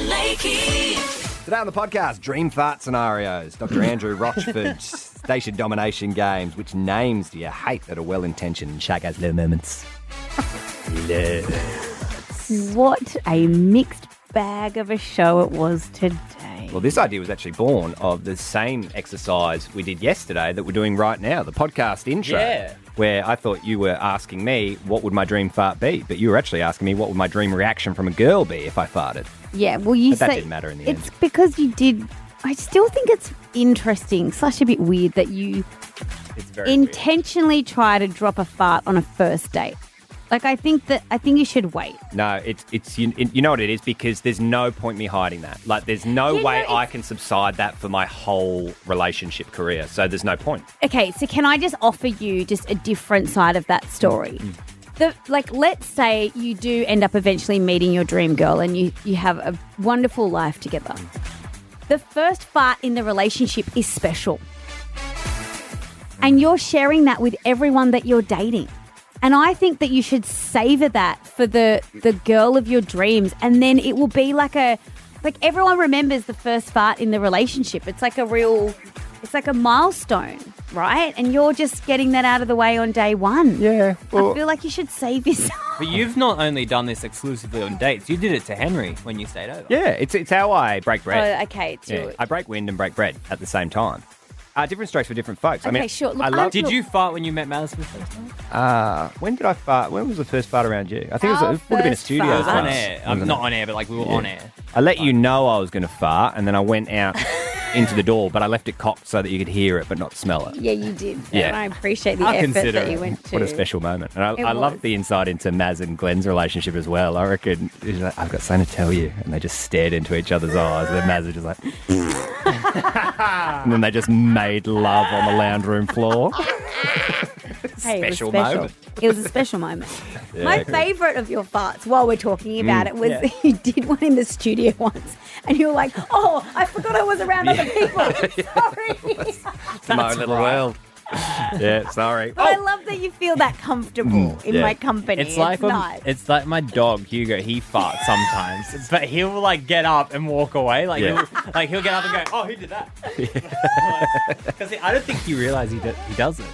Wiki. Today on the podcast, dream fart scenarios. Dr. Andrew Rochford's station domination games. Which names do you hate that are well intentioned and shag has little moments? What a mixed bag of a show it was today. Well, this idea was actually born of the same exercise we did yesterday that we're doing right now, the podcast intro. Yeah. Where I thought you were asking me, what would my dream fart be? But you were actually asking me, what would my dream reaction from a girl be if I farted? Yeah, well, you But that say didn't matter in the it's because you did. I still think it's interesting, slash a bit weird that you It's very weird. intentionally try to drop a fart on a first date. Like, I think that I think you should wait. No, it's it's you, you know what it is because there's no point me hiding that. Like there's no Yeah, no, way it's- I can subside that for my whole relationship career. So there's no point. Okay, so can I just offer you just a different side of that story? Mm. The, like, let's say you do end up eventually meeting your dream girl and you, you have a wonderful life together. The first fart in the relationship is special. And you're sharing that with everyone that you're dating. And I think that you should savor that for the, the girl of your dreams. And then it will be like a, like everyone remembers the first fart in the relationship. It's like a real, it's like a milestone, right? And you're just getting that out of the way on day one. Yeah. I feel like you should save yourself. But you've not only done this exclusively on dates, you did it to Henry when you stayed over. yeah, it's it's how I break bread. Oh, okay, it's yeah, your- I break wind and break bread at the same time. Uh, different strokes for different folks. I Okay, mean, sure. Look, I love. I've- Did you fart when you met Malice for the first time? Uh, when did I fart? When was the first fart around you? I think it, Our was, it would have been a first studio. fart. It was on fart, air. wasn't I'm not it? on air, but like we were on air. I let you know I was going to fart, and then I went out into the door, but I left it cocked so that you could hear it but not smell it. Yeah, you did. Yeah. And I appreciate the I'll effort consider that you it. went to. What a special moment. And I, It I love was. the insight into Maz and Glenn's relationship as well. I reckon he's like, I've got something to tell you. And they just stared into each other's eyes. And then Maz is just like, and then they just made love on the lounge room floor. Hey, it was special moment. It was a special moment. My favourite of your farts, while we're talking Mm, about it, was you did one in the studio once, and you were like, "Oh, I forgot I was around other people. Sorry." My little world. yeah, sorry. But I love that you feel that comfortable in Oh. Mm, yeah. my company. It's, It's like when- nice. it's like my dog Hugo. He farts sometimes, but he'll like get up and walk away. Like Yeah. he'll like he'll get up and go, "Oh, who did that?" Because I don't think he realizes he, do- he does it.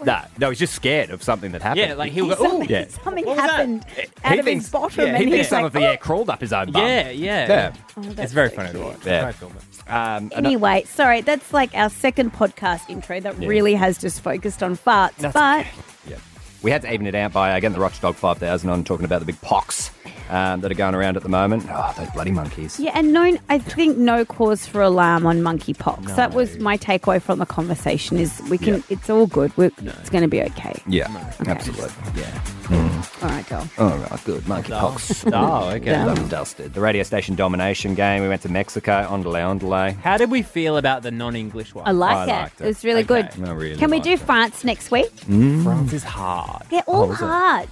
Oh, No, no, he's just scared of something that happened. Yeah, like he'll go, "Oh, something yeah. something What was that? happened out he of thinks, his bottom, yeah, and he thinks he's some like, of the air crawled up his own bum. yeah, yeah, Yeah. "Oh, that's It's very so funny to cute." watch. Yeah. Very filmic. Um, ano- Anyway, sorry, that's like our second podcast intro that really has just focused on farts. but Yeah. We had to even it out by, again, the Rochdog 5000 on talking about the big pox um, that are going around at the moment. Oh, those bloody monkeys. yeah, and no, I think no cause for alarm on monkeypox. That was my takeaway from the conversation. Is we can, it's all good. We're, It's going to be okay. Yeah, Okay. absolutely. Yeah. All right, girl. All right, good. Monkeypox. Oh, okay. Yeah, love dusted. The radio station domination game. We went to Mexico. Ondale, ondale. How did we feel about the non-English one? I like I it. liked It's it. really Okay. good. I really can we liked do it. Mm. France next week? France is hard. They're all is it? hard.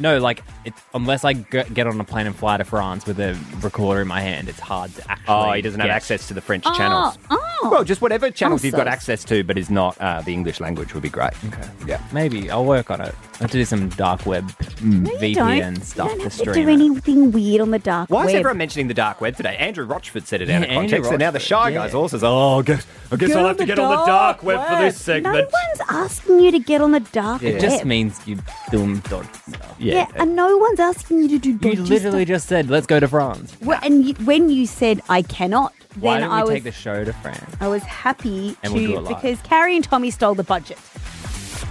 No, like it, unless I g- get on a plane and fly to France with a recorder in my hand, it's hard to actually. Oh, he doesn't have get- access to the French Oh, channels. oh. Well, just whatever channels you've got Also. access to, but is not uh, the English language would be great. Okay. Yeah. Maybe I'll work on it. I have to do some dark web No, you don't. VPN stuff You don't to have stream. do it. anything weird on the dark Why web. is everyone mentioning the dark web today? Andrew Rochford said it out of Yeah, Andrew context, and now the shy Rochford, guys yeah. all says, "Oh, I guess, I guess I'll have to get on the dark web, for this No segment." one's asking you to get on the dark It web. It just means you doom dodgy stuff. yeah, and no one's asking you to do You dodgy literally just said, "Let's go to France." stuff. Well, and you, when you said I cannot, Why then don't I we was take the show to France? I was happy And we'll to do it live. because Carrie and Tommy stole the budget.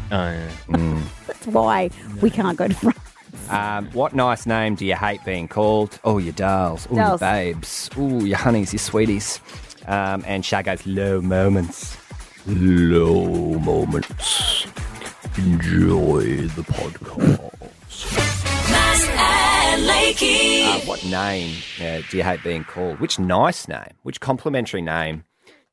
Oh, That's why we can't go to France. Um, what nice name do you hate being called? Oh, your dolls. Oh, your Dolls. babes. Oh, your honeys, your sweeties. Um, and Shaggy's low moments. Low moments. Enjoy the podcast. Mass and Lakey. Uh, what name uh, do you hate being called? Which nice name? Which complimentary name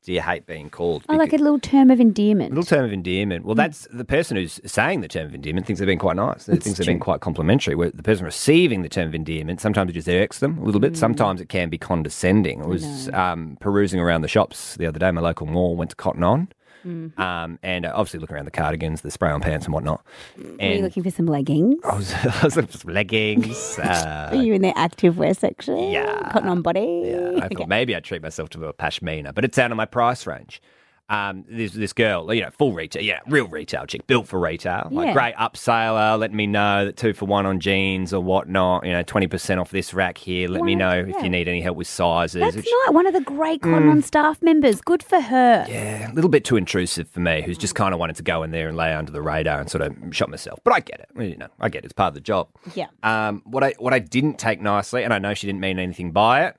do you hate being called? I like a Because- little term of endearment. little term of endearment. Hmm. Well, that's the person who's saying the term of endearment thinks they've been quite nice. They thinks they've been quite complimentary. Where the person receiving the term of endearment sometimes it just irks them a little Hmm. bit. Sometimes it can be condescending. I was um, perusing around the shops the other day. My local mall went to Cotton On. Mm-hmm. Um, and uh, obviously looking around the cardigans, the spray on pants and whatnot. Are you And looking for some leggings? I was, I was looking for some leggings. Uh, Are you in the active wear section? Yeah. Cotton on body? Yeah, I thought maybe I'd treat myself to a pashmina, but it's out of my price range. Um, this this girl, you know, full retail, yeah, real retail chick, built for retail, like Yeah. great upseller, letting me know that two for one on jeans or whatnot, you know, twenty percent off this rack here. Let me Wow, know yeah. if you need any help with sizes. That's which- not one of the great Cotton Mm. on staff members. Good for her. yeah, a little bit too intrusive for me, who's just kind of wanted to go in there and lay under the radar and sort of shot myself. But I get it, you know, I get it. It's part of the job. Yeah. Um, what I what I didn't take nicely, and I know she didn't mean anything by it,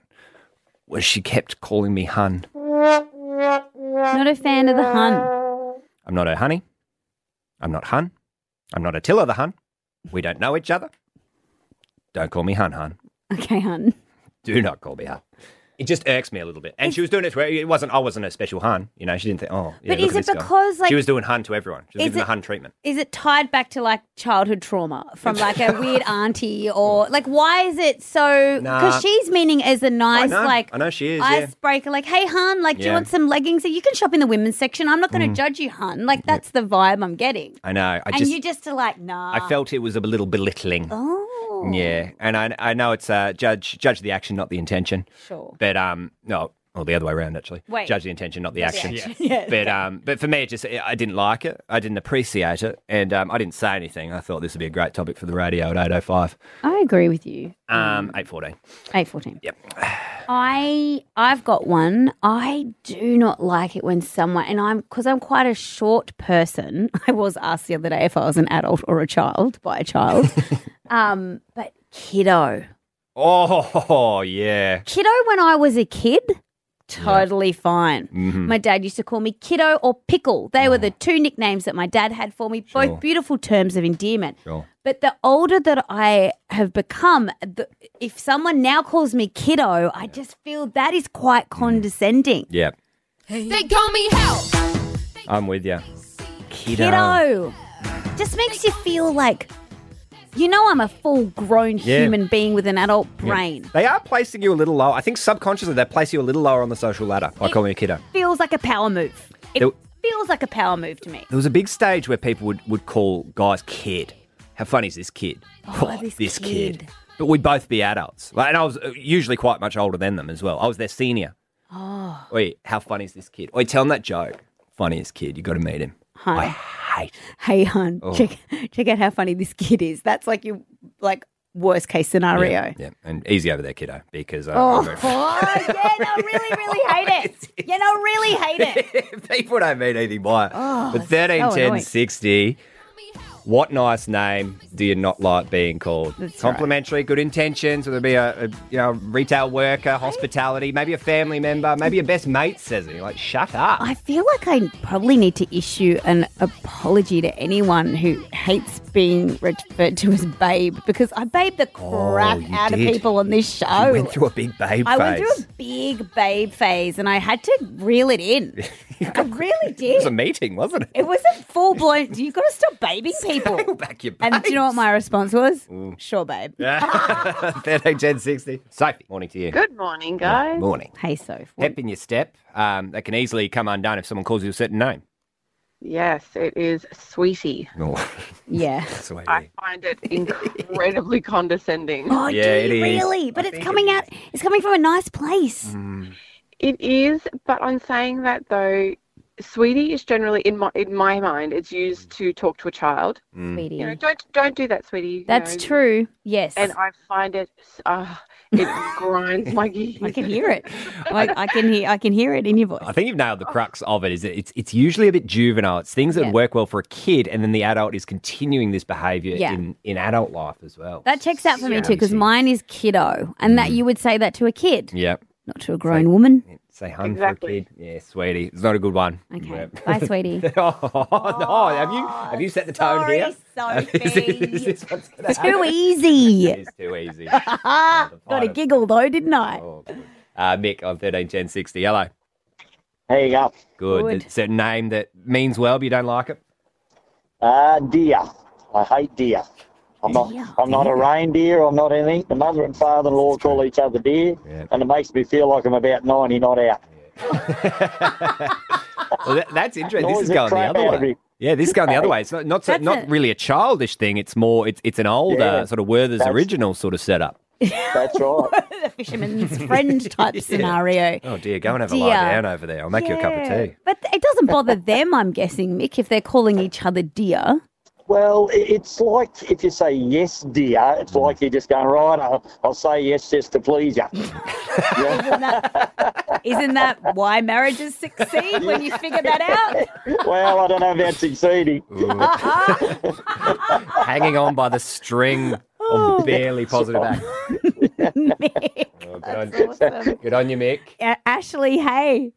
was she kept calling me hun. Not a fan of the Hun. I'm not her honey. I'm not Hun. I'm not Attila the Hun. We don't know each other. Don't call me Hun Hun. Okay, Hun. Do not call me Hun. It just irks me a little bit. And she was doing it to it wasn't I wasn't a special Hun. You know, she didn't think oh yeah, But look is at it this guy. because, like- she was doing Hun to everyone. She was Is giving the it- Hun treatment. Is it tied back to like childhood trauma from like a weird auntie or like why is it so? Because Nah. she's meaning as a nice know. like I know she is, yeah. icebreaker. Like, hey, hun, like, do you Yeah. want some leggings? You can shop in the women's section. I'm not going to judge you, hun. Like, that's the vibe I'm getting. I know. I and just you just are like, nah. I felt it was a little belittling. Oh, Yeah. And I I know it's uh, judge judge the action, not the intention. sure. But um no well, the other way around actually. Wait. Judge the intention, not the action. Yeah. But um, but for me, it just I didn't like it. I didn't appreciate it, and um, I didn't say anything. I thought this would be a great topic for the radio at eight oh five, I agree with you. um, eight fourteen. Eight fourteen. Yep. I I've got one. I do not like it when someone and I'm because I'm quite a short person. I was asked the other day if I was an adult or a child by a child. um, but kiddo, Oh yeah, kiddo. When I was a kid, totally fine. Mm-hmm. My dad used to call me kiddo or pickle. They were the two nicknames that my dad had for me. Oh. Sure. Both beautiful terms of endearment. Sure. But the older that I have become, the, if someone now calls me kiddo, I just feel that is quite Mm. condescending. yeah. They call me help. I'm with you, kiddo. Kiddo just makes you feel like, you know, I'm a full grown Yeah. human being with an adult brain. They are placing you a little lower. I think subconsciously they place you a little lower on the social ladder by calling you kiddo. Feels like a power move. It There- feels like a power move to me. There was a big stage where people would, would call guys kid. How funny is this kid? Oh, this kid. But we'd both be adults. Like, and I was uh, usually quite much older than them as well. I was their senior. Oh. Oi, how funny is this kid? Oi, tell him that joke. Funniest kid. You got to meet him. I hate Hey, hon, Oh. check, check out how funny this kid is. That's like your like worst case scenario. Yeah, yeah, and easy over there, kiddo, because uh, Oh, yeah, no, really, really hate it. You know, really hate it. people don't mean anything by it. but Oh, that's so 13, 10, annoying. 60, what nice name do you not like being called? right. Complimentary, good intentions, whether it be a, a you know retail worker, hospitality, maybe a family member, maybe your best mate says it. You're like, shut up. I feel like I probably need to issue an apology to anyone who hates being referred to as babe because I babe the crap Oh, you out did. of people on this show. you went through a big babe I phase. went through a big babe phase and I had to reel it in. I really it was a did. meeting, wasn't it? It was a full blown, you've got to stop babing people. Back your And do you know what babes. my response was? Sure, babe. 13, 10, 60. Sophie, morning to you. Good morning, guys. Morning. Hey, Soph. what- Hep in your step. Um, that can easily come undone if someone calls you a certain name. Yes, it is sweetie. Oh, Yeah. I find it incredibly condescending. Oh, Yeah, do it you is. really? But it's coming out, it's coming from a nice place. Mm. It is, but on saying that though, sweetie is generally in my in my mind, it's used to talk to a child. Sweetie. You know, don't don't do that, sweetie. you That's know. true. Yes. And I find it, uh, it grinds my gears. I can hear it. I, I can hear. I can hear it in your voice. I think you've nailed the crux of it. Is that it's it's usually a bit juvenile. It's things that Yeah. work well for a kid, and then the adult is continuing this behaviour Yeah. in, in adult life as well. That checks out for me too, because Crazy. mine is kiddo, and that you would say that to a kid, Mm. Yeah, not to a grown woman. say hun Exactly. for a kid. Yeah, sweetie, it's not a good one. Okay. Yeah. Bye, sweetie. oh, no, have you have you set the tone Sorry, here? Is, is Sophie. this what's gonna happen? Too easy. It's too easy. Ah, got a final- giggle though, didn't I? Oh, good. uh, Mick on thirteen ten sixty. Hello. There you go. Good. Good. It's a name that means well, but you don't like it. Uh, deer. I hate deer. I'm not. Deer. I'm not a reindeer. I'm not anything. The mother and father-in-law call each other deer, Yeah. and it makes me feel like I'm about ninety, not out. Well, that, that's interesting. This Always is a going the other way. crybaby. Yeah, this is going the other way. It's not not, so, That's not it. really a childish thing. It's more it's it's an older Yeah. sort of Werther's That's- original sort of setup. That's right. the fisherman's friend type scenario. Oh dear, go and have a lie Dear. down over there. I'll make you a cup of tea. But it doesn't bother them, I'm guessing, Mick, if they're calling each other dear. Well, i- it's like if you say yes, dear, it's like you're just going, right, I'll, I'll say yes just to please you. Isn't that, isn't that why marriages succeed when you figure that out? well, I don't know about succeeding. Uh-huh, Hanging on by the string of barely positive act. Mick, Oh, good, on, that's awesome. good on you, Mick. A- Ashley, hey.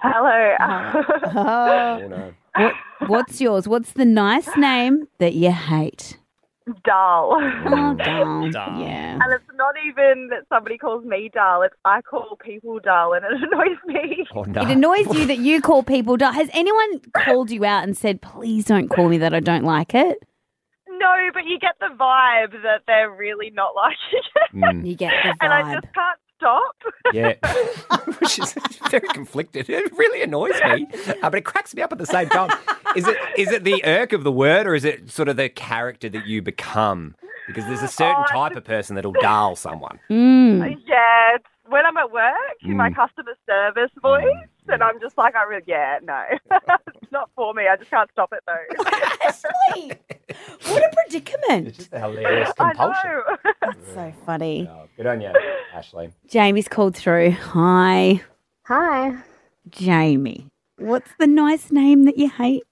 Hello. Oh, Oh, no. what, what's yours? What's the nice name that you hate? dull. Oh, darn. Darn. Yeah. And it's not even that somebody calls me dull, it's I call people dull and it annoys me. Oh, It no. annoys you that you call people dull. Has anyone called you out and said, please don't call me that? I don't like it? No, but you get the vibe that they're really not liking it. Mm, You get the And I vibe. just can't stop. yeah. Which is very conflicted. It really annoys me, uh, but it cracks me up at the same time. Is it is it the irk of the word, or is it sort of the character that you become? Because there's a certain Oh, I type of person that'll dial someone. Mm. Yeah, it's- when I'm at work, in my Mm. customer service voice, and I'm just like, I really, yeah, no. it's not for me. I just can't stop it though. Ashley, what a predicament. It's a hilarious I compulsion. know. That's so funny. Oh, good on you, Ashley. Jamie's called through. Hi, Hi, Jamie. What's the nice name that you hate?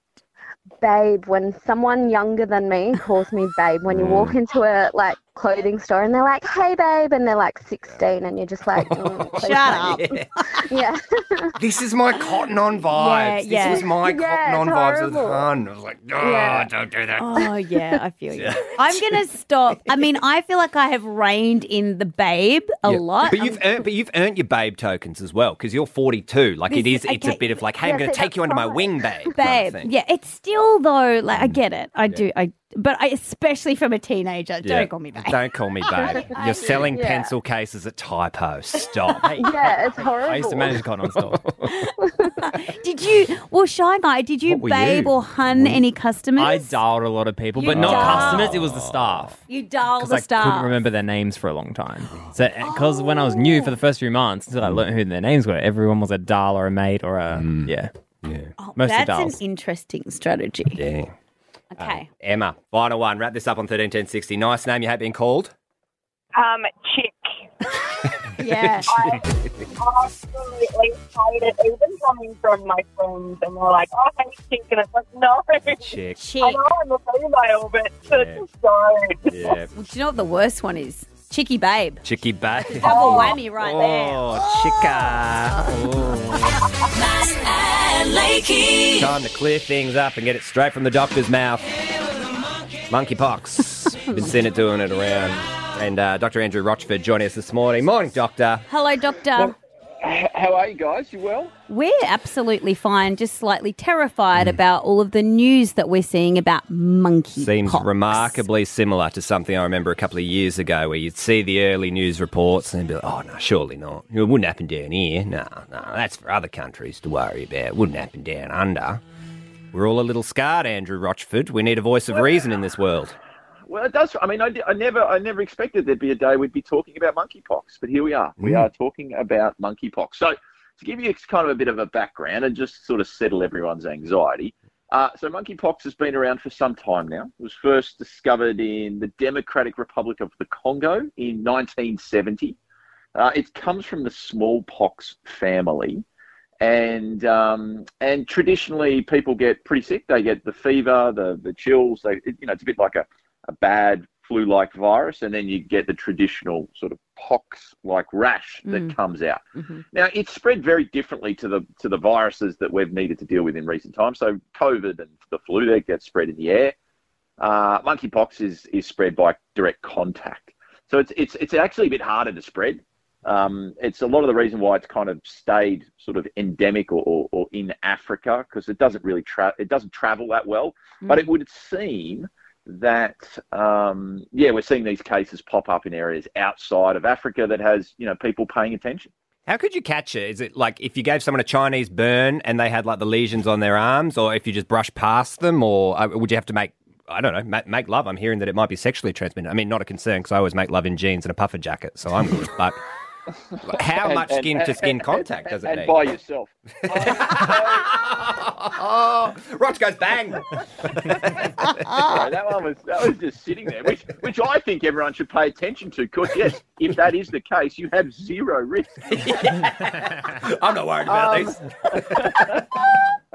babe. When someone younger than me calls me babe, when you walk into a like clothing store and they're like, "Hey, babe," and they're like 16, and you're just like, mm, please Shut don't." Yeah, This is my cotton on vibes. yeah. This was my Yeah, cotton on it's vibes with horrible. Han. I was like, oh, Yeah. don't do that. Oh, yeah, I feel you. I'm going to stop. I mean, I feel like I have reined in the babe a Yeah. lot. But you've earned, but you've earned your babe tokens as well because you're 42. Like it is, This- it's a okay. bit of like, hey, I'm Yeah, going to so take you under my that's wing, babe. kind of babe. thing. Mm. Yeah, it's still though. Like I get it. I do. I but I especially from a teenager. Yeah. Don't call me babe. Don't call me babe. You're selling Yeah. pencil cases at typo. Stop. yeah, it's I used horrible. to manage a cotton on store. Did you? Well, shy guy. Did you What were babe you? or hun any customers? I dialed a lot of people, You but not dialed. customers. It was the staff. You dial Because the I star. couldn't remember their names for a long time. So, because when I was new for the first few months, until I learned who their names were, everyone was a doll or a mate or a yeah. Oh, Mostly that's dolls. an interesting strategy. yeah. Okay. Emma, final one. Wrap this up on 13, 10, 60. Nice name you hate being called. Um, chick. yeah. Absolutely hate it. Even coming from my friends, and they're like, "Oh, I hate chick," and it's like, "No." Chick. I Chick. know I'm a female, but just don't. Yeah. Well, do you know what the worst one is? Chicky babe. Chicky babe. Oh. Double whammy right there. Oh, chica. Mass and Lakey. Time to clear things up and get it straight from the doctor's mouth. Monkeypox. Been seeing it doing it around. And uh, Dr. Andrew Rochford joining us this morning. Morning, Doctor. Hello, doctor. How are you guys? You well? We're absolutely fine, just slightly terrified about all of the news that we're seeing about monkey. Seems pox. remarkably similar to something I remember a couple of years ago where you'd see the early news reports and be like, oh, no, surely not. It wouldn't happen down here. No, no, that's for other countries to worry about. It wouldn't happen down under. We're all a little scarred, Andrew Rochford. We need a voice of reason in this world. Well, it does. I mean, I, di- I never, I never expected there'd be a day we'd be talking about monkeypox, but here we are. We Mm. are talking about monkeypox. So, to give you kind of a bit of a background and just sort of settle everyone's anxiety, uh, so monkeypox has been around for some time now. It was first discovered in the Democratic Republic of the Congo in 1970. Uh, it comes from the smallpox family, and um, and traditionally people get pretty sick. They get the fever, the the chills. They, it, you know, it's a bit like a a bad flu-like virus, and then you get the traditional sort of pox-like rash that Mm. comes out. Mhm. Now, it's spread very differently to the to the viruses that we've needed to deal with in recent times. So, COVID and the flu they get spread in the air. Uh, monkeypox is is spread by direct contact. So it's it's it's actually a bit harder to spread. Um, it's a lot of the reason why it's kind of stayed sort of endemic or, or, or in Africa because it doesn't really tra- it doesn't travel that well. But it would seem that um, yeah, we're seeing these cases pop up in areas outside of Africa that has you know people paying attention. How could you catch it? Is it like if you gave someone a Chinese burn and they had like the lesions on their arms, or if you just brush past them, or uh, would you have to make I don't know ma- make love? I'm hearing that it might be sexually transmitted. I mean, not a concern because I always make love in jeans and a puffer jacket, so I'm good. But how And- much and- skin to skin and- contact does it and need? by yourself. oh, Roch goes bang. Sorry, Oh, that one was that was just sitting there, which which I think everyone should pay attention to. Because yes, if that is the case, you have zero risk. I'm not worried about Um, this.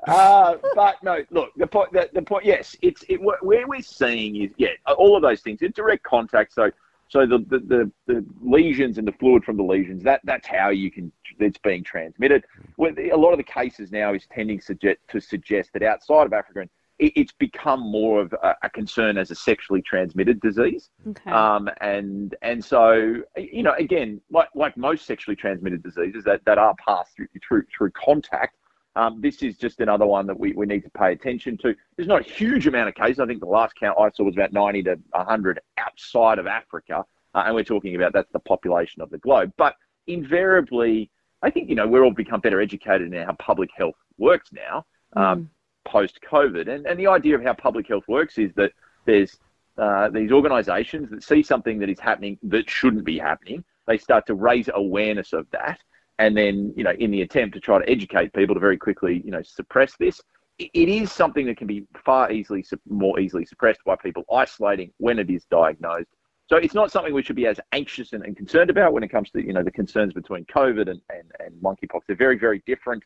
Uh, but no, look, the point, the, the point, yes, it's it, wh- where we're seeing is yeah, all of those things. It's direct contact, so so the, the the the lesions and the fluid from the lesions that that's how you can it's being transmitted. With a lot of the cases now is tending suggest, to suggest that outside of Africa, and it, it's become more of a, a concern as a sexually transmitted disease. Okay. Um, and and so you know, again, like like most sexually transmitted diseases that, that are passed through through, through contact, um, this is just another one that we, we need to pay attention to. There's not a huge amount of cases. I think the last count I saw was about 90 to 100 outside of Africa, uh, and we're talking about that's the population of the globe. But invariably, I think you know we're all become better educated in how public health works now um, post COVID, and and the idea of how public health works is that there's uh, these organisations that see something that is happening that shouldn't be happening. They start to raise awareness of that, and then you know in the attempt to try to educate people to very quickly you know suppress this. i- It is something that can be far easily sup- more easily suppressed by people isolating when it is diagnosed. So it's not something we should be as anxious and, and concerned about when it comes to you know the concerns between COVID and, and, and monkeypox. They're very very different,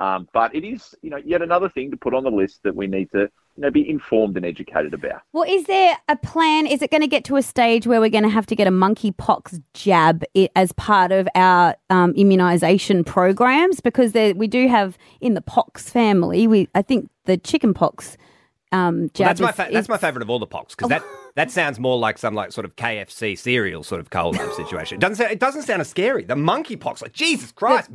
um, but it is you know yet another thing to put on the list that we need to you know be informed and educated about. Well, is there a plan? Is it going to get to a stage where we're going to have to get a monkeypox jab i- as part of our um, immunisation programs? Because there, we do have in the pox family, we I think the chickenpox um, Well, jab. that's my is- fa- is- Oh. that's my favorite of all the pox because that that sounds more like some like sort of KFC cereal sort of cold up situation. It doesn't sound, it doesn't sound as scary. The monkey pox, like Jesus Christ, it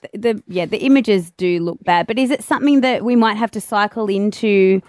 does- the, yeah, the images do look bad, but is it something that we might have to cycle into?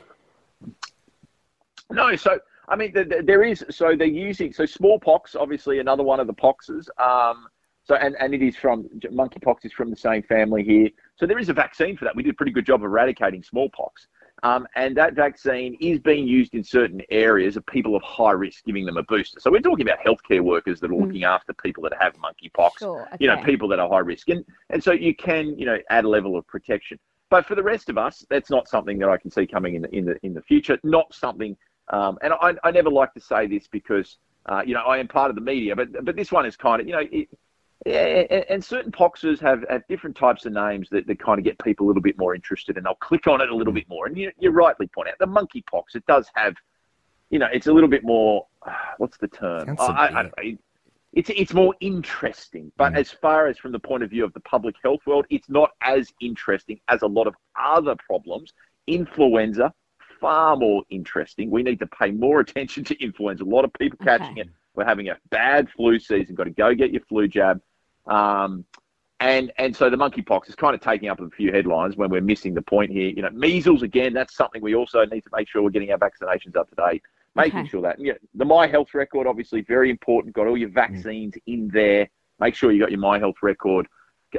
No, so I mean, th th there is. So they're using so smallpox, obviously another one of the poxes. Um, so and and it is from monkeypox is from the same family here. So there is a vaccine for that. We did a pretty good job of eradicating smallpox. Um, and that vaccine is being used in certain areas of people of high risk, giving them a booster. So we're talking about healthcare workers that are looking after people that have monkeypox Sure, you know okay. people that are high risk and and so you can you know add a level of protection but for the rest of us that's not something that i can see coming in the in the, in the future not something um, and I, I never like to say this because uh, you know i am part of the media but but this one is kind of you know it, yeah, and, and certain poxes have, have different types of names that, that kind of get people a little bit more interested and they'll click on it a little bit more. And you, you rightly point out the monkey pox, it does have, you know, it's a little bit more, uh, what's the term? Sounds I, I, I, it's, it's more interesting. But as far as from the point of view of the public health world, it's not as interesting as a lot of other problems. Influenza, far more interesting. We need to pay more attention to influenza. A lot of people catching it. We're having a bad flu season. Got to go get your flu jab. Um, and and so the monkeypox is kind of taking up a few headlines when we're missing the point here. You know, measles again. That's something we also need to make sure we're getting our vaccinations up to date. Making Okay. sure that you know, the My Health record obviously very important. Got all your vaccines in there. Make sure you got your My Health record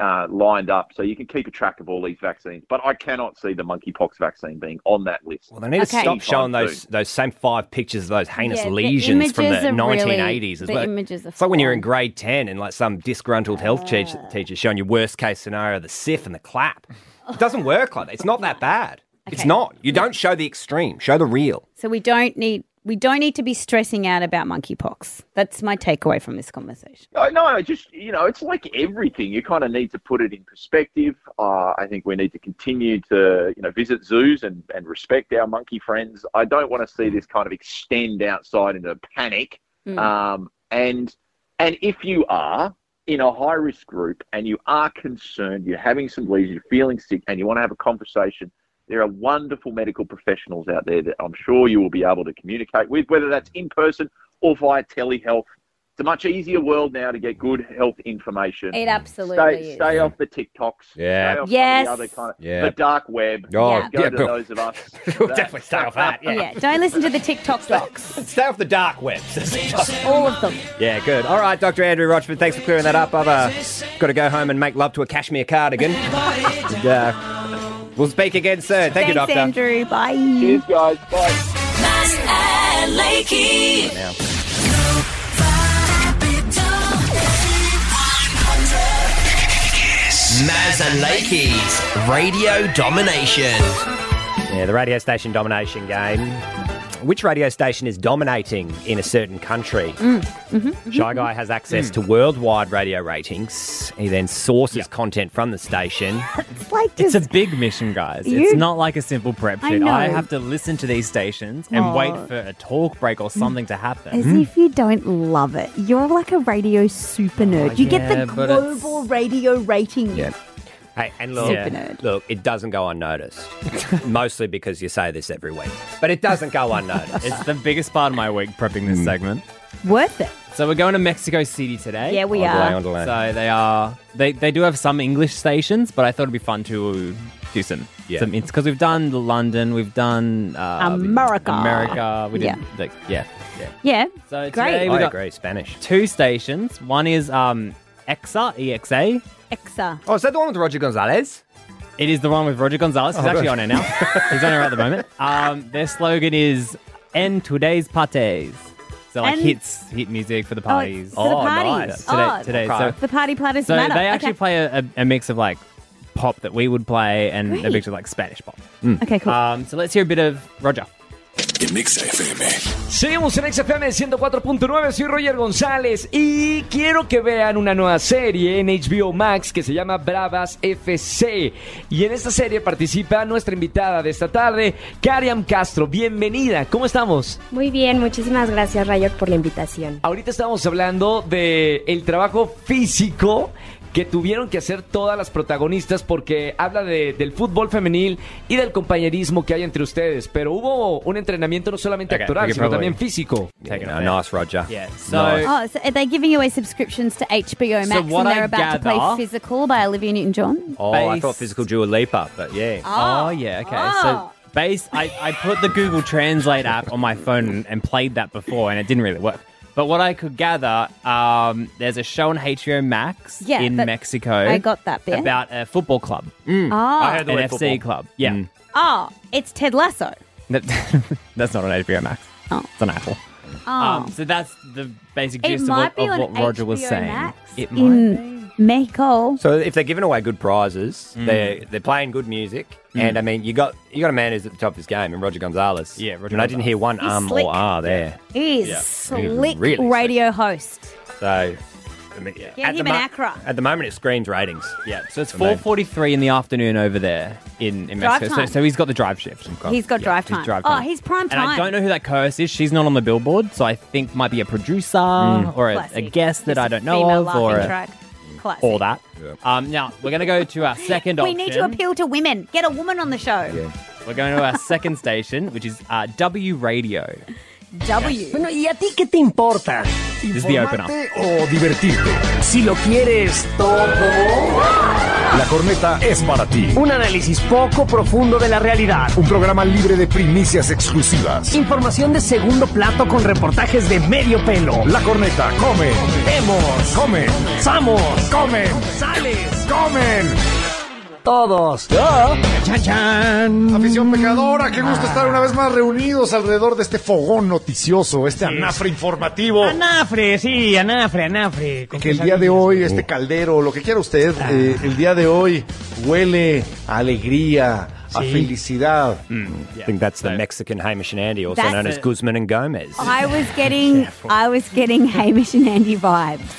uh, lined up so you can keep a track of all these vaccines. But I cannot see the monkeypox vaccine being on that list. Well, they need to stop showing those those same five pictures of those heinous Yeah, the lesions from the images are really- 1980s. as the well. images are Ah. it's like when you're in grade 10 and like some disgruntled health teacher, teacher showing you worst case scenario, the sif and the clap. It doesn't work like that. It's not that bad. It's Okay. not. You don't show the extreme. Show the real. So we don't need we don't need to be stressing out about monkeypox. That's my takeaway from this conversation. No, no, just you know, it's like everything. You kind of need to put it in perspective. Uh, I think we need to continue to you know visit zoos and, and respect our monkey friends. I don't want to see this kind of extend outside into panic. Mm. Mm-hmm. Um, and and if you are in a high risk group and you are concerned, you're having some lesions, you're feeling sick, and you want to have a conversation. There are wonderful medical professionals out there that I'm sure you will be able to communicate with, whether that's in person or via telehealth It's a much easier world now to get good health information. It absolutely stay, is. stay off the TikToks. Yeah. Stay off Yes. The other kind of, Yeah. the dark web. Oh, Go yeah, to cool. those of us. We'll definitely stay off that. Oh, Yeah. don't listen to the TikTok docs. Stay off the dark web. All of them. Yeah, good. All right, Dr. Andrew Rochford, thanks for clearing that up. I've uh, got to go home and make love to a cashmere cardigan. And, uh, we'll speak again soon. Thank you, Thanks, Doctor. Andrew. Bye. Cheers, guys. Bye. Mass and Lakey. Now. Maz and Lakey's Radio Domination. Yeah, the radio station domination game. Which radio station is dominating in a certain country? Mm, mm-hmm, Shy Guy has access to worldwide radio ratings. He then sources content from the station. it's like It's a big mission, guys. You- It's not like a simple prep I sheet. I, know. have to listen to these stations and Aw. wait for a talk break or something to happen. As if you don't love it. You're like a radio super nerd. you yeah, get the but it's- global radio rating. Yeah. Hey, and look, Super nerd. look, it doesn't go unnoticed. Mostly because you say this every week, but it doesn't go unnoticed. It's the biggest part of my week prepping this segment. Worth it. So we're going to Mexico City today. Yeah, we are. So they are they they do have some English stations, but I thought it'd be fun to do some. Yeah. Some, it's because we've done London, we've done uh, Um, America. America. We did Yeah. like yeah. yeah. Yeah. So Great. Today we got Spanish. Two stations. One is um, EXA, EXA. Exa. Oh, is that the one with Roger Gonzalez? It is the one with Roger Gonzalez. He's Oh, actually good. on it now. He's on it at the moment. Um, their slogan is "En today's parties." So like En- hits, hit music for the Oh, it's parties. for the parties. Today, Oh, today. So the party platters so matter. they actually okay. play a, a, a mix of like pop that we would play and a mix of like Spanish pop. Okay, cool. Um, so let's hear a bit of Roger. Seguimos en XFM 104.9, soy Roger González y quiero que vean una nueva serie en HBO Max que se llama Bravas FC. Y en esta serie participa nuestra invitada de esta tarde, Kariam Castro. Bienvenida, ¿cómo estamos? Muy bien, muchísimas gracias Rayor por la invitación. Ahorita estamos hablando de el trabajo físico que tuvieron que hacer todas las protagonistas porque habla de- del fútbol femenil y del compañerismo que hay entre ustedes. Pero hubo un entrenamiento no solamente Okay, we actoral, can sino probably- también físico. You know, nice, Roger. Yeah. oh, so are they giving away subscriptions to HBO So Max what and they're I about to play gather- Physical by Olivia Newton-John? Oh, I Based- thought physical Dua Lipa, but yeah. Oh, yeah, okay. oh. So base I, I put the Google Translate app on my phone and, and played that before and it didn't really work. But what I could gather, um, there's a show on HBO Max Yeah, in that- Mexico. I got that bit. About a football club. Oh. I heard the An word football. FC club. Yeah. Oh, it's Ted Lasso. That- that's not on HBO Max. Oh. It's on Apple. Oh. Um, so that's the basic It gist of might what, be of on what Roger was HBO saying. Max It might. in Mexico. So if they're giving away good prizes, they're they're playing good music, Mm. and I mean you got you got a man who's at the top of his game, and Roger Gonzalez. Yeah, Roger. And I didn't hear one He's um slick. or ah there. He is Yeah. slick Really radio host. So, I mean, yeah. Get him an Acra. At the moment, it screams ratings. Yeah, so it's I mean- 4.43 in the afternoon over there in, in Drive Mexico. So, time. so he's got the drive shift. He's got Yeah, drive, he's time. drive Oh, time. he's prime And time. I don't know who that curse is. She's not on the billboard, so I think might be a producer or a, a Classic. guest that I don't know Female of or laughing a- track. Classic. all that. Um, now we're going to go to our second we option. need to appeal to women. Get a woman on the show. We're going to our second station, which is uh, W Radio. W. Bueno, ¿y a ti qué te importa? This is the opener. ¿Informarte o divertirte? Si lo quieres todo. La corneta es para ti. Un análisis poco profundo de la realidad. Un programa libre de primicias exclusivas. Información de segundo plato con reportajes de medio pelo. La corneta come. Vemos. Come. Samos. Come. Sales. Comen. Todos. Chan, chan. Afición pecadora, qué gusto estar una vez más reunidos alrededor de este fogón noticioso, este Sí. anafre Oh. informativo. Anafre, sí, anafre, anafre. Con Que el tus día de amigos. hoy, este caldero, lo que quiera usted, eh, el día de hoy huele a alegría, a Sí. felicidad. I think that's the Mexican Hamish and Andy, also That's known as it. Guzman and Gomez. I was getting, I was getting Hamish and Andy vibes.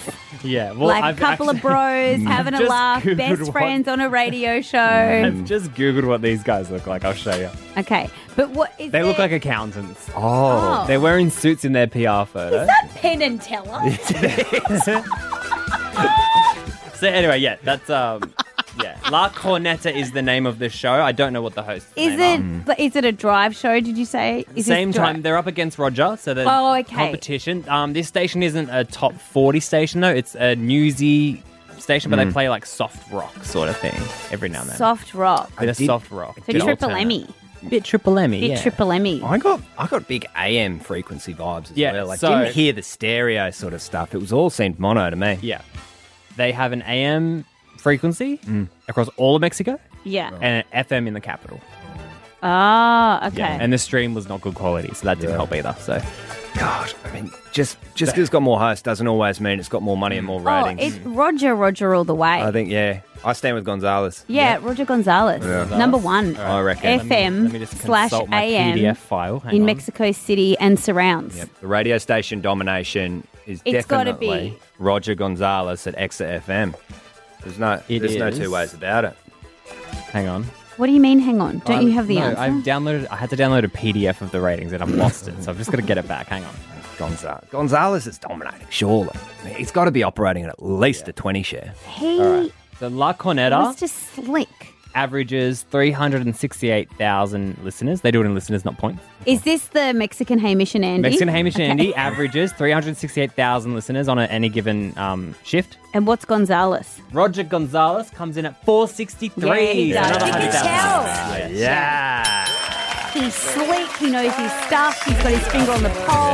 Yeah, well, like I've a couple of actually- bros having a Just laugh, Googled best what- friends on a radio show. I've just googled what these guys look like. I'll show you. okay, but what is They look like accountants. Oh. they're wearing suits in their PR photo. is that Penn and Teller? so anyway, yeah, that's um, Yeah, La Corneta is the name of the show. I don't know what the host Is it Mm. but is it a drive show? Did you say? Is it Same dri- time, they're up against Roger, so there's Oh, okay. competition. Um, this station isn't a top 40 station, though. It's a newsy station, but they Mm. play like soft rock sort of thing every now and then. Soft rock. Bit of soft rock. So Bit triple alternate. Emmy. Bit triple Emmy. Bit yeah. triple Emmy. I got I got big AM frequency vibes as Yeah, well. I so- didn't hear the stereo sort of stuff. It was all seemed mono to me. Yeah. They have an AM frequency across all of Mexico Yeah. and an FM in the capital. Ah, okay. And the stream was not good quality, so that didn't help either. So, God, I mean, just just because it's got more hosts doesn't always mean it's got more money and more oh, ratings. it's Roger, Roger all the way. I think yeah, I stand with Gonzalez. yeah, Roger Gonzalez, Yeah. number one. I reckon. Let me- FM let me just slash consult my AM PDF file. Hang in on. Mexico City and surrounds. Yep. The radio station domination is It's gotta definitely be. Roger Gonzalez at Exa FM. There's no It there's no is. two ways about it. hang on. What do you mean? Hang on, don't I- you have the no, answer? I've downloaded. I had to download a PDF of the ratings, and I've lost it. So I've just got to get it back. Hang on. Gonzalez. Gonzalez is dominating, surely. I mean, He's got to be operating at at least a 20 share. He So La Corneta was just slick. averages three hundred and sixty-eight thousand listeners. They do it in listeners, not points. Is this the Mexican Hamish and Andy? Mexican Hamish Okay. and Andy averages three hundred sixty-eight thousand listeners on a, any given um, shift. And what's Gonzalez? Roger Gonzalez comes in at 463. Yeah, he does. Another You can 100,000. tell. Ah, Yeah. He's slick. He knows his stuff. He's got his finger on the Oh, pulse.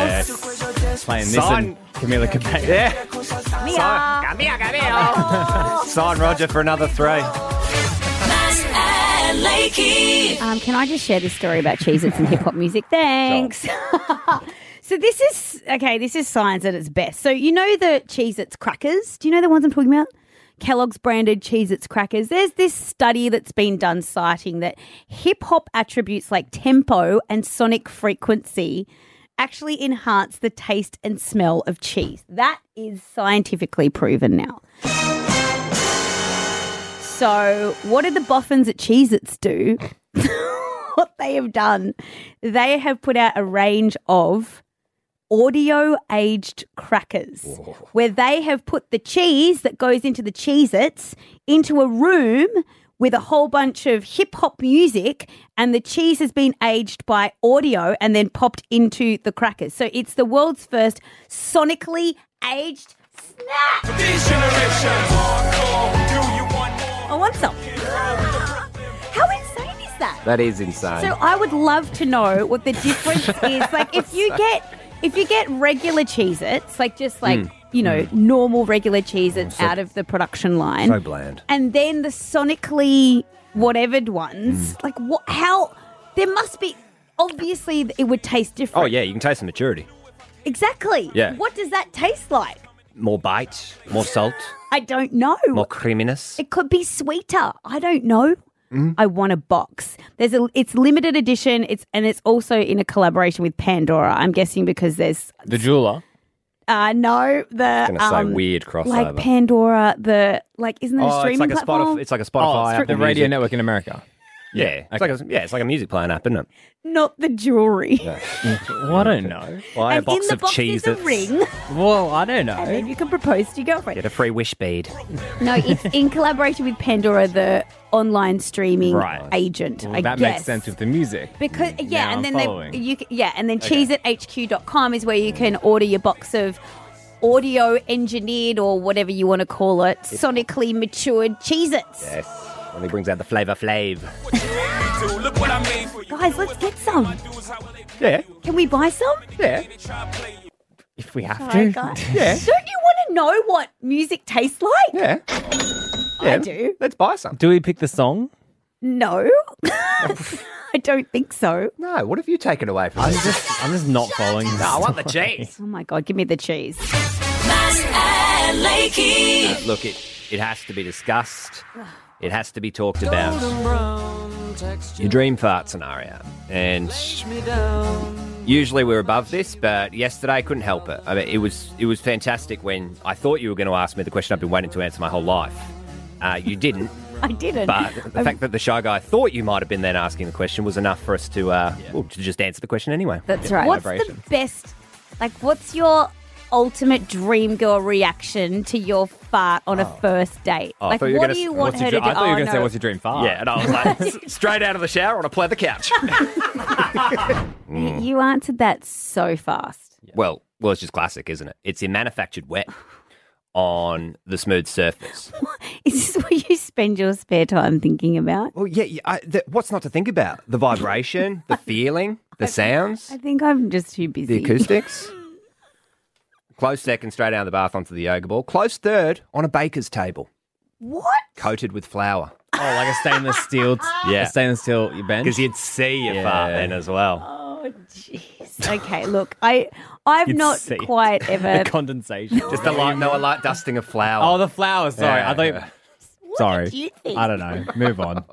Yes. Playing this Son. and Camila Cabello. Yeah. Mia. Sign Roger for another three. Mass and Lakey. Um, can I just share this story about Cheez Its and hip hop music? Thanks. so, this is okay, this is science at its best. So, you know the Cheez Its crackers? Do you know the ones I'm talking about? Kellogg's branded Cheez Its crackers. There's this study that's been done citing that hip hop attributes like tempo and sonic frequency actually enhance the taste and smell of cheese. That is scientifically proven now. So, what did the boffins at Cheez Its do? what they have done, they have put out a range of audio aged crackers where they have put the cheese that goes into the Cheez Its into a room with a whole bunch of hip hop music, and the cheese has been aged by audio and then popped into the crackers. So, it's the world's first sonically aged snack. I want some. oh, How insane is that? That is insane. So I would love to know what the difference is. Like if you get if you get regular Cheez Its, like just like, Mm. you know, normal regular Cheez Its so- out of the production line. so bland. And then the sonically whatevered ones, Mm. like what how there must be obviously it would taste different. oh, yeah, you can taste the maturity. Exactly. Yeah. What does that taste like? More bite, more salt, I don't know. more creaminess. It could be sweeter. I don't know. Mm-hmm. I want a box. There's a. It's limited edition. It's and it's also in a collaboration with Pandora. I'm guessing because there's The jeweler. uh no the Gonna say um, weird like crossover. Pandora the like isn't it a Oh, it's streaming like a platform? Spotify. Oh, It's like a Oh, Spotify. the Apple radio Music. network in America. Yeah, it's like a, yeah, it's like a music playing app, isn't it? Not the jewelry. Well, I don't know. Buy a and box in the of box cheese. is a ring, Well, I and don't know. then you can propose to your girlfriend. Get a free wish bead. No, it's in collaboration with Pandora, the online streaming Right. agent. Well, I that guess. makes sense with the music. Because yeah, Now and I'm then following. they you c- yeah, and then Okay. cheese at hq.com is where you can order your box of audio engineered or whatever you want to call it, sonically matured cheese its. Yes. When he brings out the flavor flave. Guys, let's get some. Yeah. Can we buy some? Yeah. If we have Sorry, to. guys. Yeah. Don't you want to know what music tastes like? Yeah. I do. Let's buy some. Do we pick the song? No. I don't think so. No, what have you taken away from I'm this? just, I'm just not following this. I want the cheese. Oh my god, give me the cheese. Mass and Lakey. Look, it, it has to be discussed. It has to be talked about. Your dream fart scenario. And usually we're above this, but yesterday I couldn't help it. I mean, it was it was fantastic when I thought you were going to ask me the question I've been waiting to answer my whole life. Uh, you didn't, I didn't. but the fact that the shy guy thought you might have been then asking the question was enough for us to uh, well, to just answer the question anyway. That's right. What's the best? Like, what's your ultimate dream girl reaction to your fart on a first date? Oh, I like, thought what you were do gonna- you want what's her to your do? Oh, dr- I thought you were gonna say, no. what's your dream fart? Yeah, and I was like, "S- straight out of the shower on a pleather couch. Y- You answered that so fast. Well, well, it's just classic, isn't it? It's a manufactured wet on the smooth surface. Is this what you spend your spare time thinking about? Well, Oh, yeah, yeah I, th- what's not to think about? The vibration, the feeling, the sounds, I think I'm just too busy. the acoustics. Close second, straight out of the bath onto the yoga ball. Close third on a baker's table, What? coated with flour. Oh, like a stainless steel. Yeah. yeah. A stainless steel bench. Because you'd see your fart then as well. Oh, jeez. Okay, look, I I've You'd not see it. quite ever. the condensation. Just a light, no, a light dusting of flour. Oh, the flowers. Sorry, Yeah, I thought. yeah. Sorry, you think? I don't know. Move on.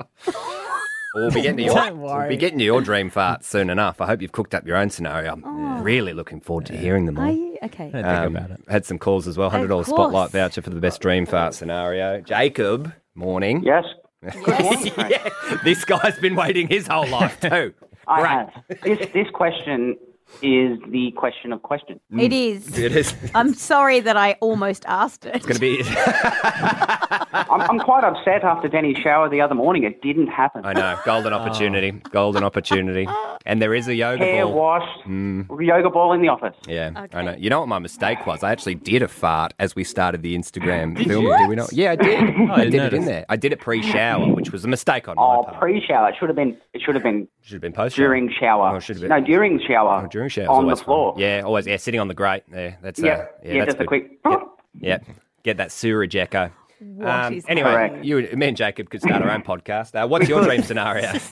We'll be getting to your, Don't we'll be worry. getting to your dream fart soon enough. I hope you've cooked up your own scenario. I'm really looking forward to hearing them all. Are you okay? Um, Had some calls as well. Hundred Of dollars course. spotlight voucher for the best dream fart scenario. Jacob, morning. Yes. Yeah, This guy's been waiting his whole life too. I have. This, this question is the question of questions. It is. It is. I'm sorry that I almost asked it. It's going to be. I'm, I'm quite upset after Denny's shower the other morning. It didn't happen. I know. Golden opportunity. Golden opportunity. And there is a yoga Hair ball. wash, Mm. yoga ball in the office. Yeah, I know. You know what my mistake was? I actually did a fart as we started the Instagram film. you? Did we not? Yeah, I did. Oh, I I did didn't it in notice. there. I did it pre-shower, which was a mistake on my Oh, part. pre-shower. It should have been. It should have been. Should have been post during shower. Oh, should have been. No, during shower. Oh, during showers, on the always fun. floor. Yeah, always. Yeah, sitting on the grate. Yeah, that's uh, Yeah, yeah, yeah, that's just a good. quick- Yeah, yeah. get that sewerage echo. What is um, anyway, Correct. you, me and Jacob could start our own podcast. Uh, what's your dream scenario?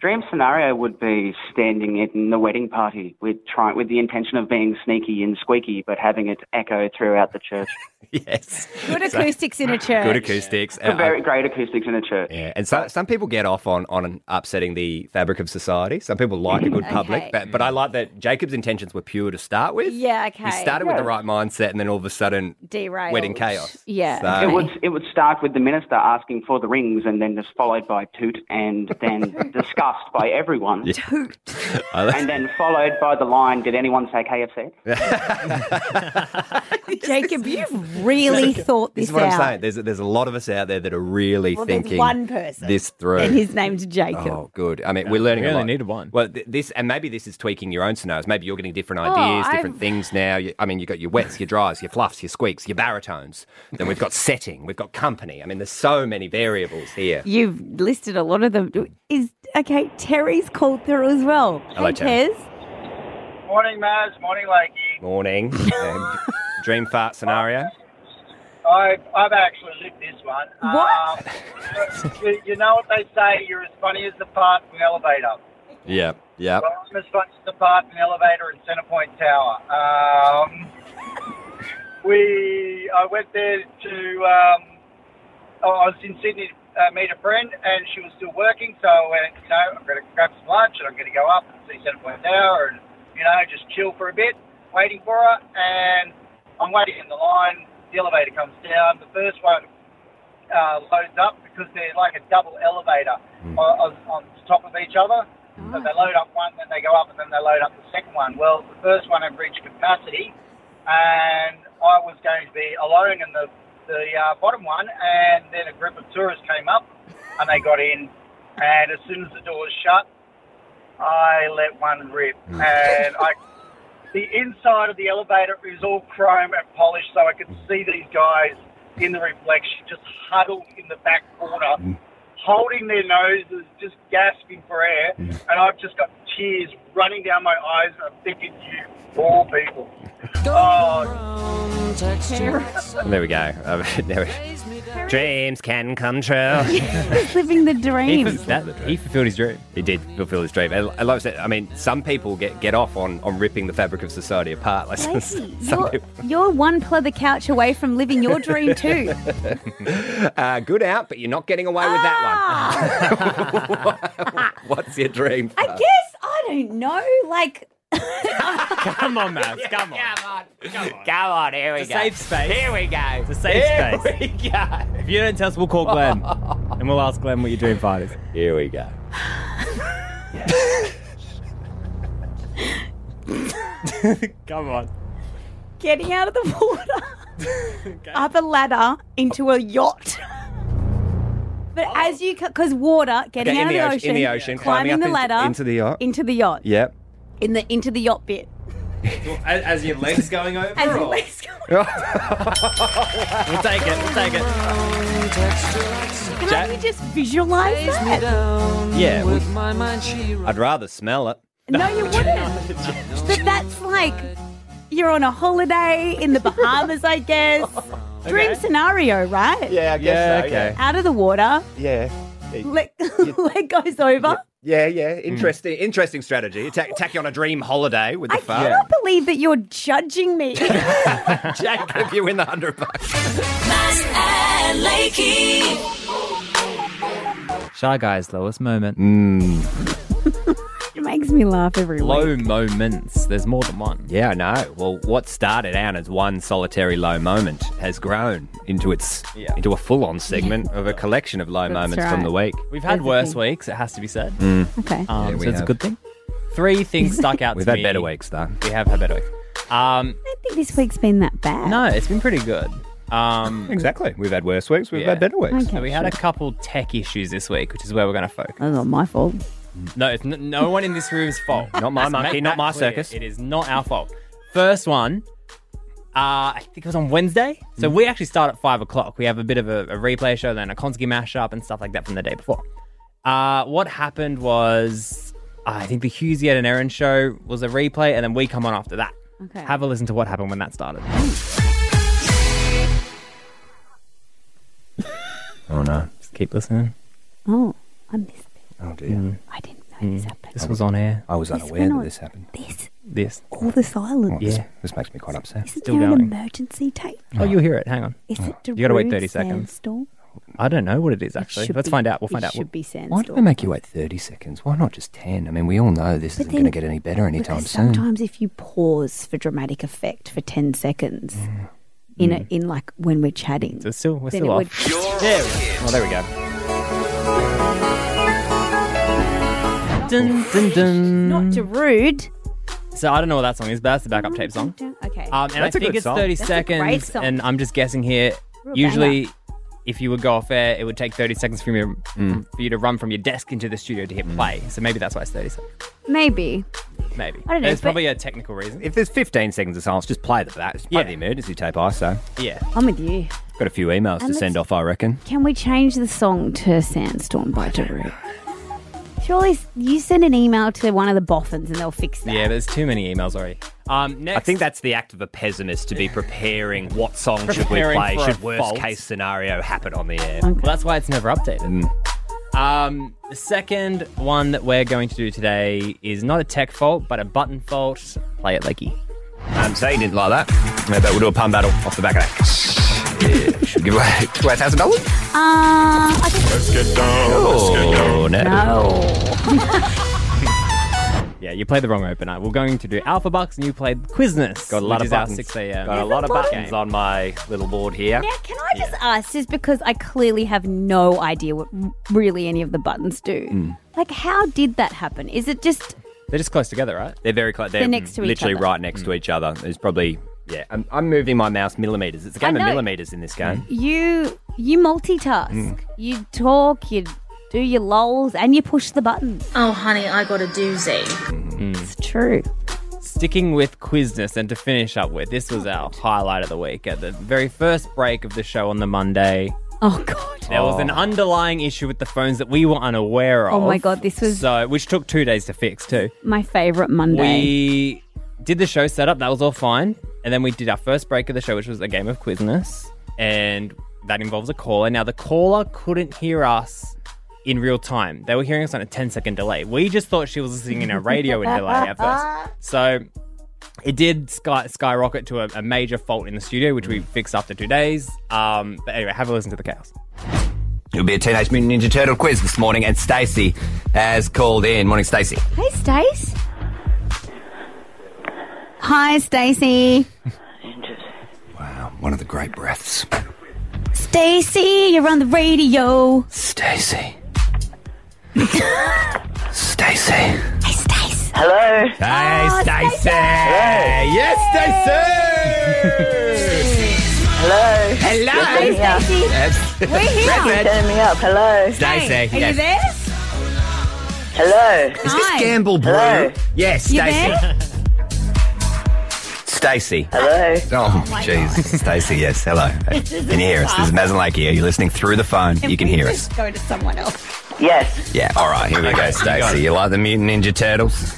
Dream scenario would be standing at the wedding party with try with the intention of being sneaky and squeaky, but having it echo throughout the church. yes. Good So- acoustics in a church. Good acoustics. Uh, It's a very great acoustics in a church. Yeah, and so, some people get off on, on upsetting the fabric of society. Some people like a good public, Okay. but, but I like that Jacob's intentions were pure to start with. Yeah, okay. He started with the right mindset, and then all of a sudden, Derailed. wedding chaos. Yeah. So- It would it would start with the minister asking for the rings, and then just followed by toot, and then discussed by everyone, toot, and then followed by the line, "Did anyone say KFC?" Jacob, you've really thought This this, is what out. I'm saying. There's there's a lot of us out there that are really Well, there's thinking one person, this through. And his name's Jacob. Oh, good. I mean, we're learning. we a only lot. needed one. Well, th- this and maybe this is tweaking your own scenarios. Maybe you're getting different Oh, ideas, different I've- things now. You, I mean, you've got your wets, your dries, your fluffs, your squeaks, your baritones. Then we've got setting, we've got company. I mean, there's so many variables here. You've listed a lot of them. Is okay. Terry's called through as well. Hello, hey, Terry. Tez. Morning, Maz. Morning, Lakey. Morning. Um, dream fart scenario. I've, I've actually lived this one. What? Um, you, you know what they say, you're as funny as the part in the elevator. Yeah. Yeah. Well, I'm as funny as the part in the elevator in Centrepoint Tower. Um, we, I went there to, um, I was in Sydney to uh, meet a friend and she was still working, so I went, you know, I'm going to grab some lunch and I'm going to go up and see Centrepoint Tower and, you know, just chill for a bit, waiting for her, and I'm waiting in the line. The elevator comes down. The first one uh, loads up because they're like a double elevator on, on, on top of each other. So they load up one, then they go up, and then they load up the second one. Well, the first one had reached capacity, and I was going to be alone in the, the uh, bottom one, and then a group of tourists came up, and they got in, and as soon as the doors shut, I let one rip, and I the inside of the elevator is all chrome and polished, so I could see these guys in the reflection, just huddled in the back corner, holding their noses, just gasping for air, and I've just got tears running down my eyes, and I'm thinking, you poor people. Oh, There we go. Uh, there we- Dreams can come true. He's living the dream. he fulfilled his dream. He did fulfill his dream. And I love that. I mean, some people get, get off on, on ripping the fabric of society apart. Like some, Lady, some you're, people. you're one pleather couch away from living your dream too. Uh, good out, but you're not getting away with Ah. that one. What's your dream? I guess I don't know. Like Come on, Max. Come on. Come on. Come on. Here we It's a go. safe space. Here we go. It's a safe space. If you don't tell us, we'll call Glenn, and we'll ask Glenn what your dream fight is. Here we go. Come on. getting out of the water up a ladder into a yacht. But as you, because water, getting Oh. out Okay, in of the the ocean- ocean, in the ocean, climbing, climbing the up into- ladder, into the yacht. into the yacht, Yep. in the into the yacht bit. As, as your legs going over? As your or- legs we'll take it. We'll take it. Can Jack- you just visualize that? Yeah, we- my mind, she I'd rather smell it. No, you wouldn't. but that's like you're on a holiday in the Bahamas, I guess. Dream scenario, right? Yeah, I guess Yeah, so, okay. yeah. Out of the water, Yeah. leg, leg goes over. Yeah, yeah. Interesting interesting strategy. Ta- tack you on a dream holiday with the I fun. cannot believe that you're judging me. Jack, if you win the 100 bucks. Mass and Lakey. Shy Guy's lowest moment. Mm. it makes me laugh every week. Low moments. There's more than one. Yeah, I know. Well, what started out as one solitary low moment has grown into its Yeah. into a full-on segment of a collection of low moments from the week. We've had worse weeks, it has to be said. Mm. Okay. Um, Yeah, we so it's a have. good thing. Three things stuck out We've to had me. better weeks, though. We have had better weeks. Um, I don't think this week's been that bad. no, it's been pretty good. Um, Mm. exactly. We've had worse weeks. We've had better weeks. So we had a couple tech issues this week, which is where we're going to focus. That's Oh, not my fault. No, it's n- no one in this room's fault. Not my Let's monkey, make not that my clear. circus. It is not our fault. First one, uh, I think it was on Wednesday. So Hmm. we actually start at five o'clock. We have a bit of a, a replay show, then a Konski mashup and stuff like that from the day before. Uh, what happened was, uh, I think the Hughesy had an errand show was a replay, and then we come on after that. Okay. Have a listen to what happened when that started. Oh no! Just keep listening. Oh, I missed it. Oh dear! I didn't know this happened. Hmm. This was on air. I was This unaware went that Mm. on- this happened. This, This. all the silence. Oh, this, this makes me quite upset. Isn't there an emergency tape? Oh, you'll hear it. Hang on. Is it You gotta wait Darude 30 seconds. Sandstorm? I don't know what it is actually. should Let's be- find out. We'll it find out. should be Why do sandstorm. they make you wait 30 seconds? Why not just 10? I mean, we all know this But isn't then- going to get any better because anytime soon. Sometimes if you pause for dramatic effect for ten seconds, Hmm. in a, in like when we're chatting, So still- we're then still it would- off. There we go. Oh, there we go. Dun, dun, dun. Not to rude. So I don't know what that song is, but that's the Hmm. backup tape song. Okay. Um, and I think it's 30 That's a great seconds, song. and I'm just guessing here. Real Usually, if you would go off air, it would take 30 seconds for you, for you to run from your desk into the studio to hit play. So maybe that's why it's 30 seconds. Maybe. Maybe. I don't know, There's but- probably a technical reason. If there's 15 seconds of silence, just play the that. Just play the emergency tape ISO. Yeah. I'm with you. Got a few emails to And send let's- off, I reckon. Can we change the song to Sandstorm by Darude? Surely s- you send an email to one of the boffins and they'll fix that. Yeah, there's too many emails already. Um, next. I think that's the act of a pessimist to be preparing what song should we Preparing play, for a should worst fault. case scenario happen on the air. Well, that's why it's never updated. Um, the second one that we're going to do today is not a tech fault, but a button fault. Play it, Lakey. Um, so you didn't like that. No, but we'll do a pun battle off the back of that. Yeah, should give away $2,000. Uh, I think Let's get down. Oh, no. Yeah, you played the wrong opener. We're going to do Alpha Bucks, and you played Quiznos. Got a lot of which is our buttons. 6 a.m. Got a lot of buttons on my little board here. Now, can I just ask, just because I clearly have no idea what r- really any of the buttons do? Hmm. Like, how did that happen? Is it just They're just close together, right? They're very close. They're, They're next to each literally other. right next to each other. It's probably yeah. I'm, I'm moving my mouse millimeters. It's a I game of know. millimeters in this game. you you multitask, Hmm. Mm. you talk, you do your lols, and you push the button? Oh, honey, I got a doozy. It's true. Sticking with Quiznos, and to finish up with, this was our highlight of the week. At the very first break of the show on the Monday, Oh god. There was an Oh. underlying issue with the phones that we were unaware of. Oh my God, this was- so which took two days to fix too. My favorite Monday. We did the show setup, that was all fine, and then we did our first break of the show, which was a game of Quizness, and that involves a caller. Now the caller couldn't hear us in real time; they were hearing us on a 10-second delay. We just thought she was listening in a radio in delay at first, so. It did sky, skyrocket to a, a major fault in the studio, which we fixed after two days. Um, but anyway, have a listen to the chaos. It'll be a Teenage Mutant Ninja Turtle quiz this morning, and Stacey has called in. Morning, Stacey. Hey, Stace. Hi, Stacey. Uh, One of the great breaths. Stacey, you're on the radio. Stacey. Stacey. Hey, Stace. Hello. Hey, Stacey. Yes, Stacey. Hello. Hello. You're Hey, setting me up. Yes. We're here. You're Present. setting me up. Hello. Stacey, Hey, are you yes. there? Hello. Is this Gamble Brew? Hello. Yes, You Stacey. Stacey. Hello. Oh, jeez. Stacey, yes, hello. Hey, This is Can you hear us? This is Mazen Lake here. You're listening through the phone. Can you can we hear us. just Go to someone else. Yes. Yeah, all right. Here we go, Stacey. You like the Mutant Ninja Turtles?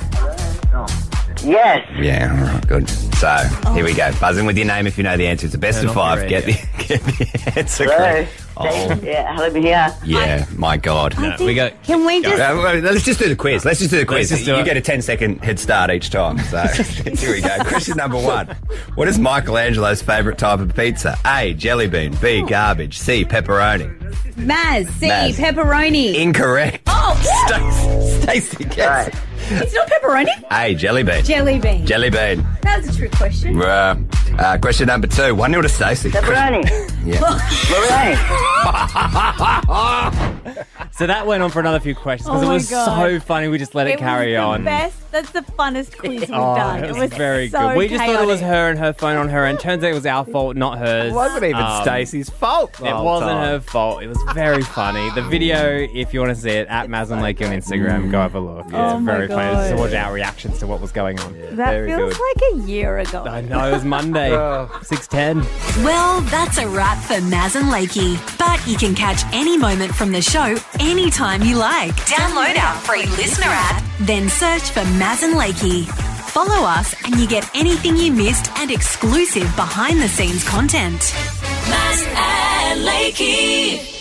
Yes. Oh. Yeah, all right, good. So, here we go. Buzz in with your name if you know the answer. It's the best Turn of off five. your Get the, get the answer Hello. correct. Oh, Yeah, hello here. yeah, my God. I No, think- we go- Can we just- Uh, well, let's just do the quiz. Let's just do the quiz. Let's just do you it. get a 10 second head start each time. So, here we go. Question number one What is Michelangelo's favourite type of pizza? A. Jelly bean. B. Garbage. C. Pepperoni. Maz, C, Maz. pepperoni. Incorrect. Oh, Stacey, guess. it's not pepperoni. A. Jelly bean. Jelly bean. Jelly bean. That was a true question. Uh, uh, question number two. One nil to Stacey. Pepperoni. Yeah. So that went on for another few questions because Oh it my was God. so funny. We just let it, was carry the on. Best. That's the funnest quiz we've Oh, done. it was very so good. We just thought it was chaotic. her and her phone on her, and turns out it was our fault, not hers. Um, It wasn't even Um, Stacey's fault. the It whole wasn't time. her fault. It was very funny. The video, if you want to see it, at Maslin Lake on Instagram, go have a look. Oh my it's very funny just to God. watch our reactions to what was going on. That very feels good. like a year ago. I know it was Monday, Oh. six ten. Well, that's a wrap for Maz and Lakey. But you can catch any moment from the show anytime you like. Download our free listener app, then search for Maz and Lakey. Follow us and you get anything you missed and exclusive behind the scenes content. Maz and Lakey.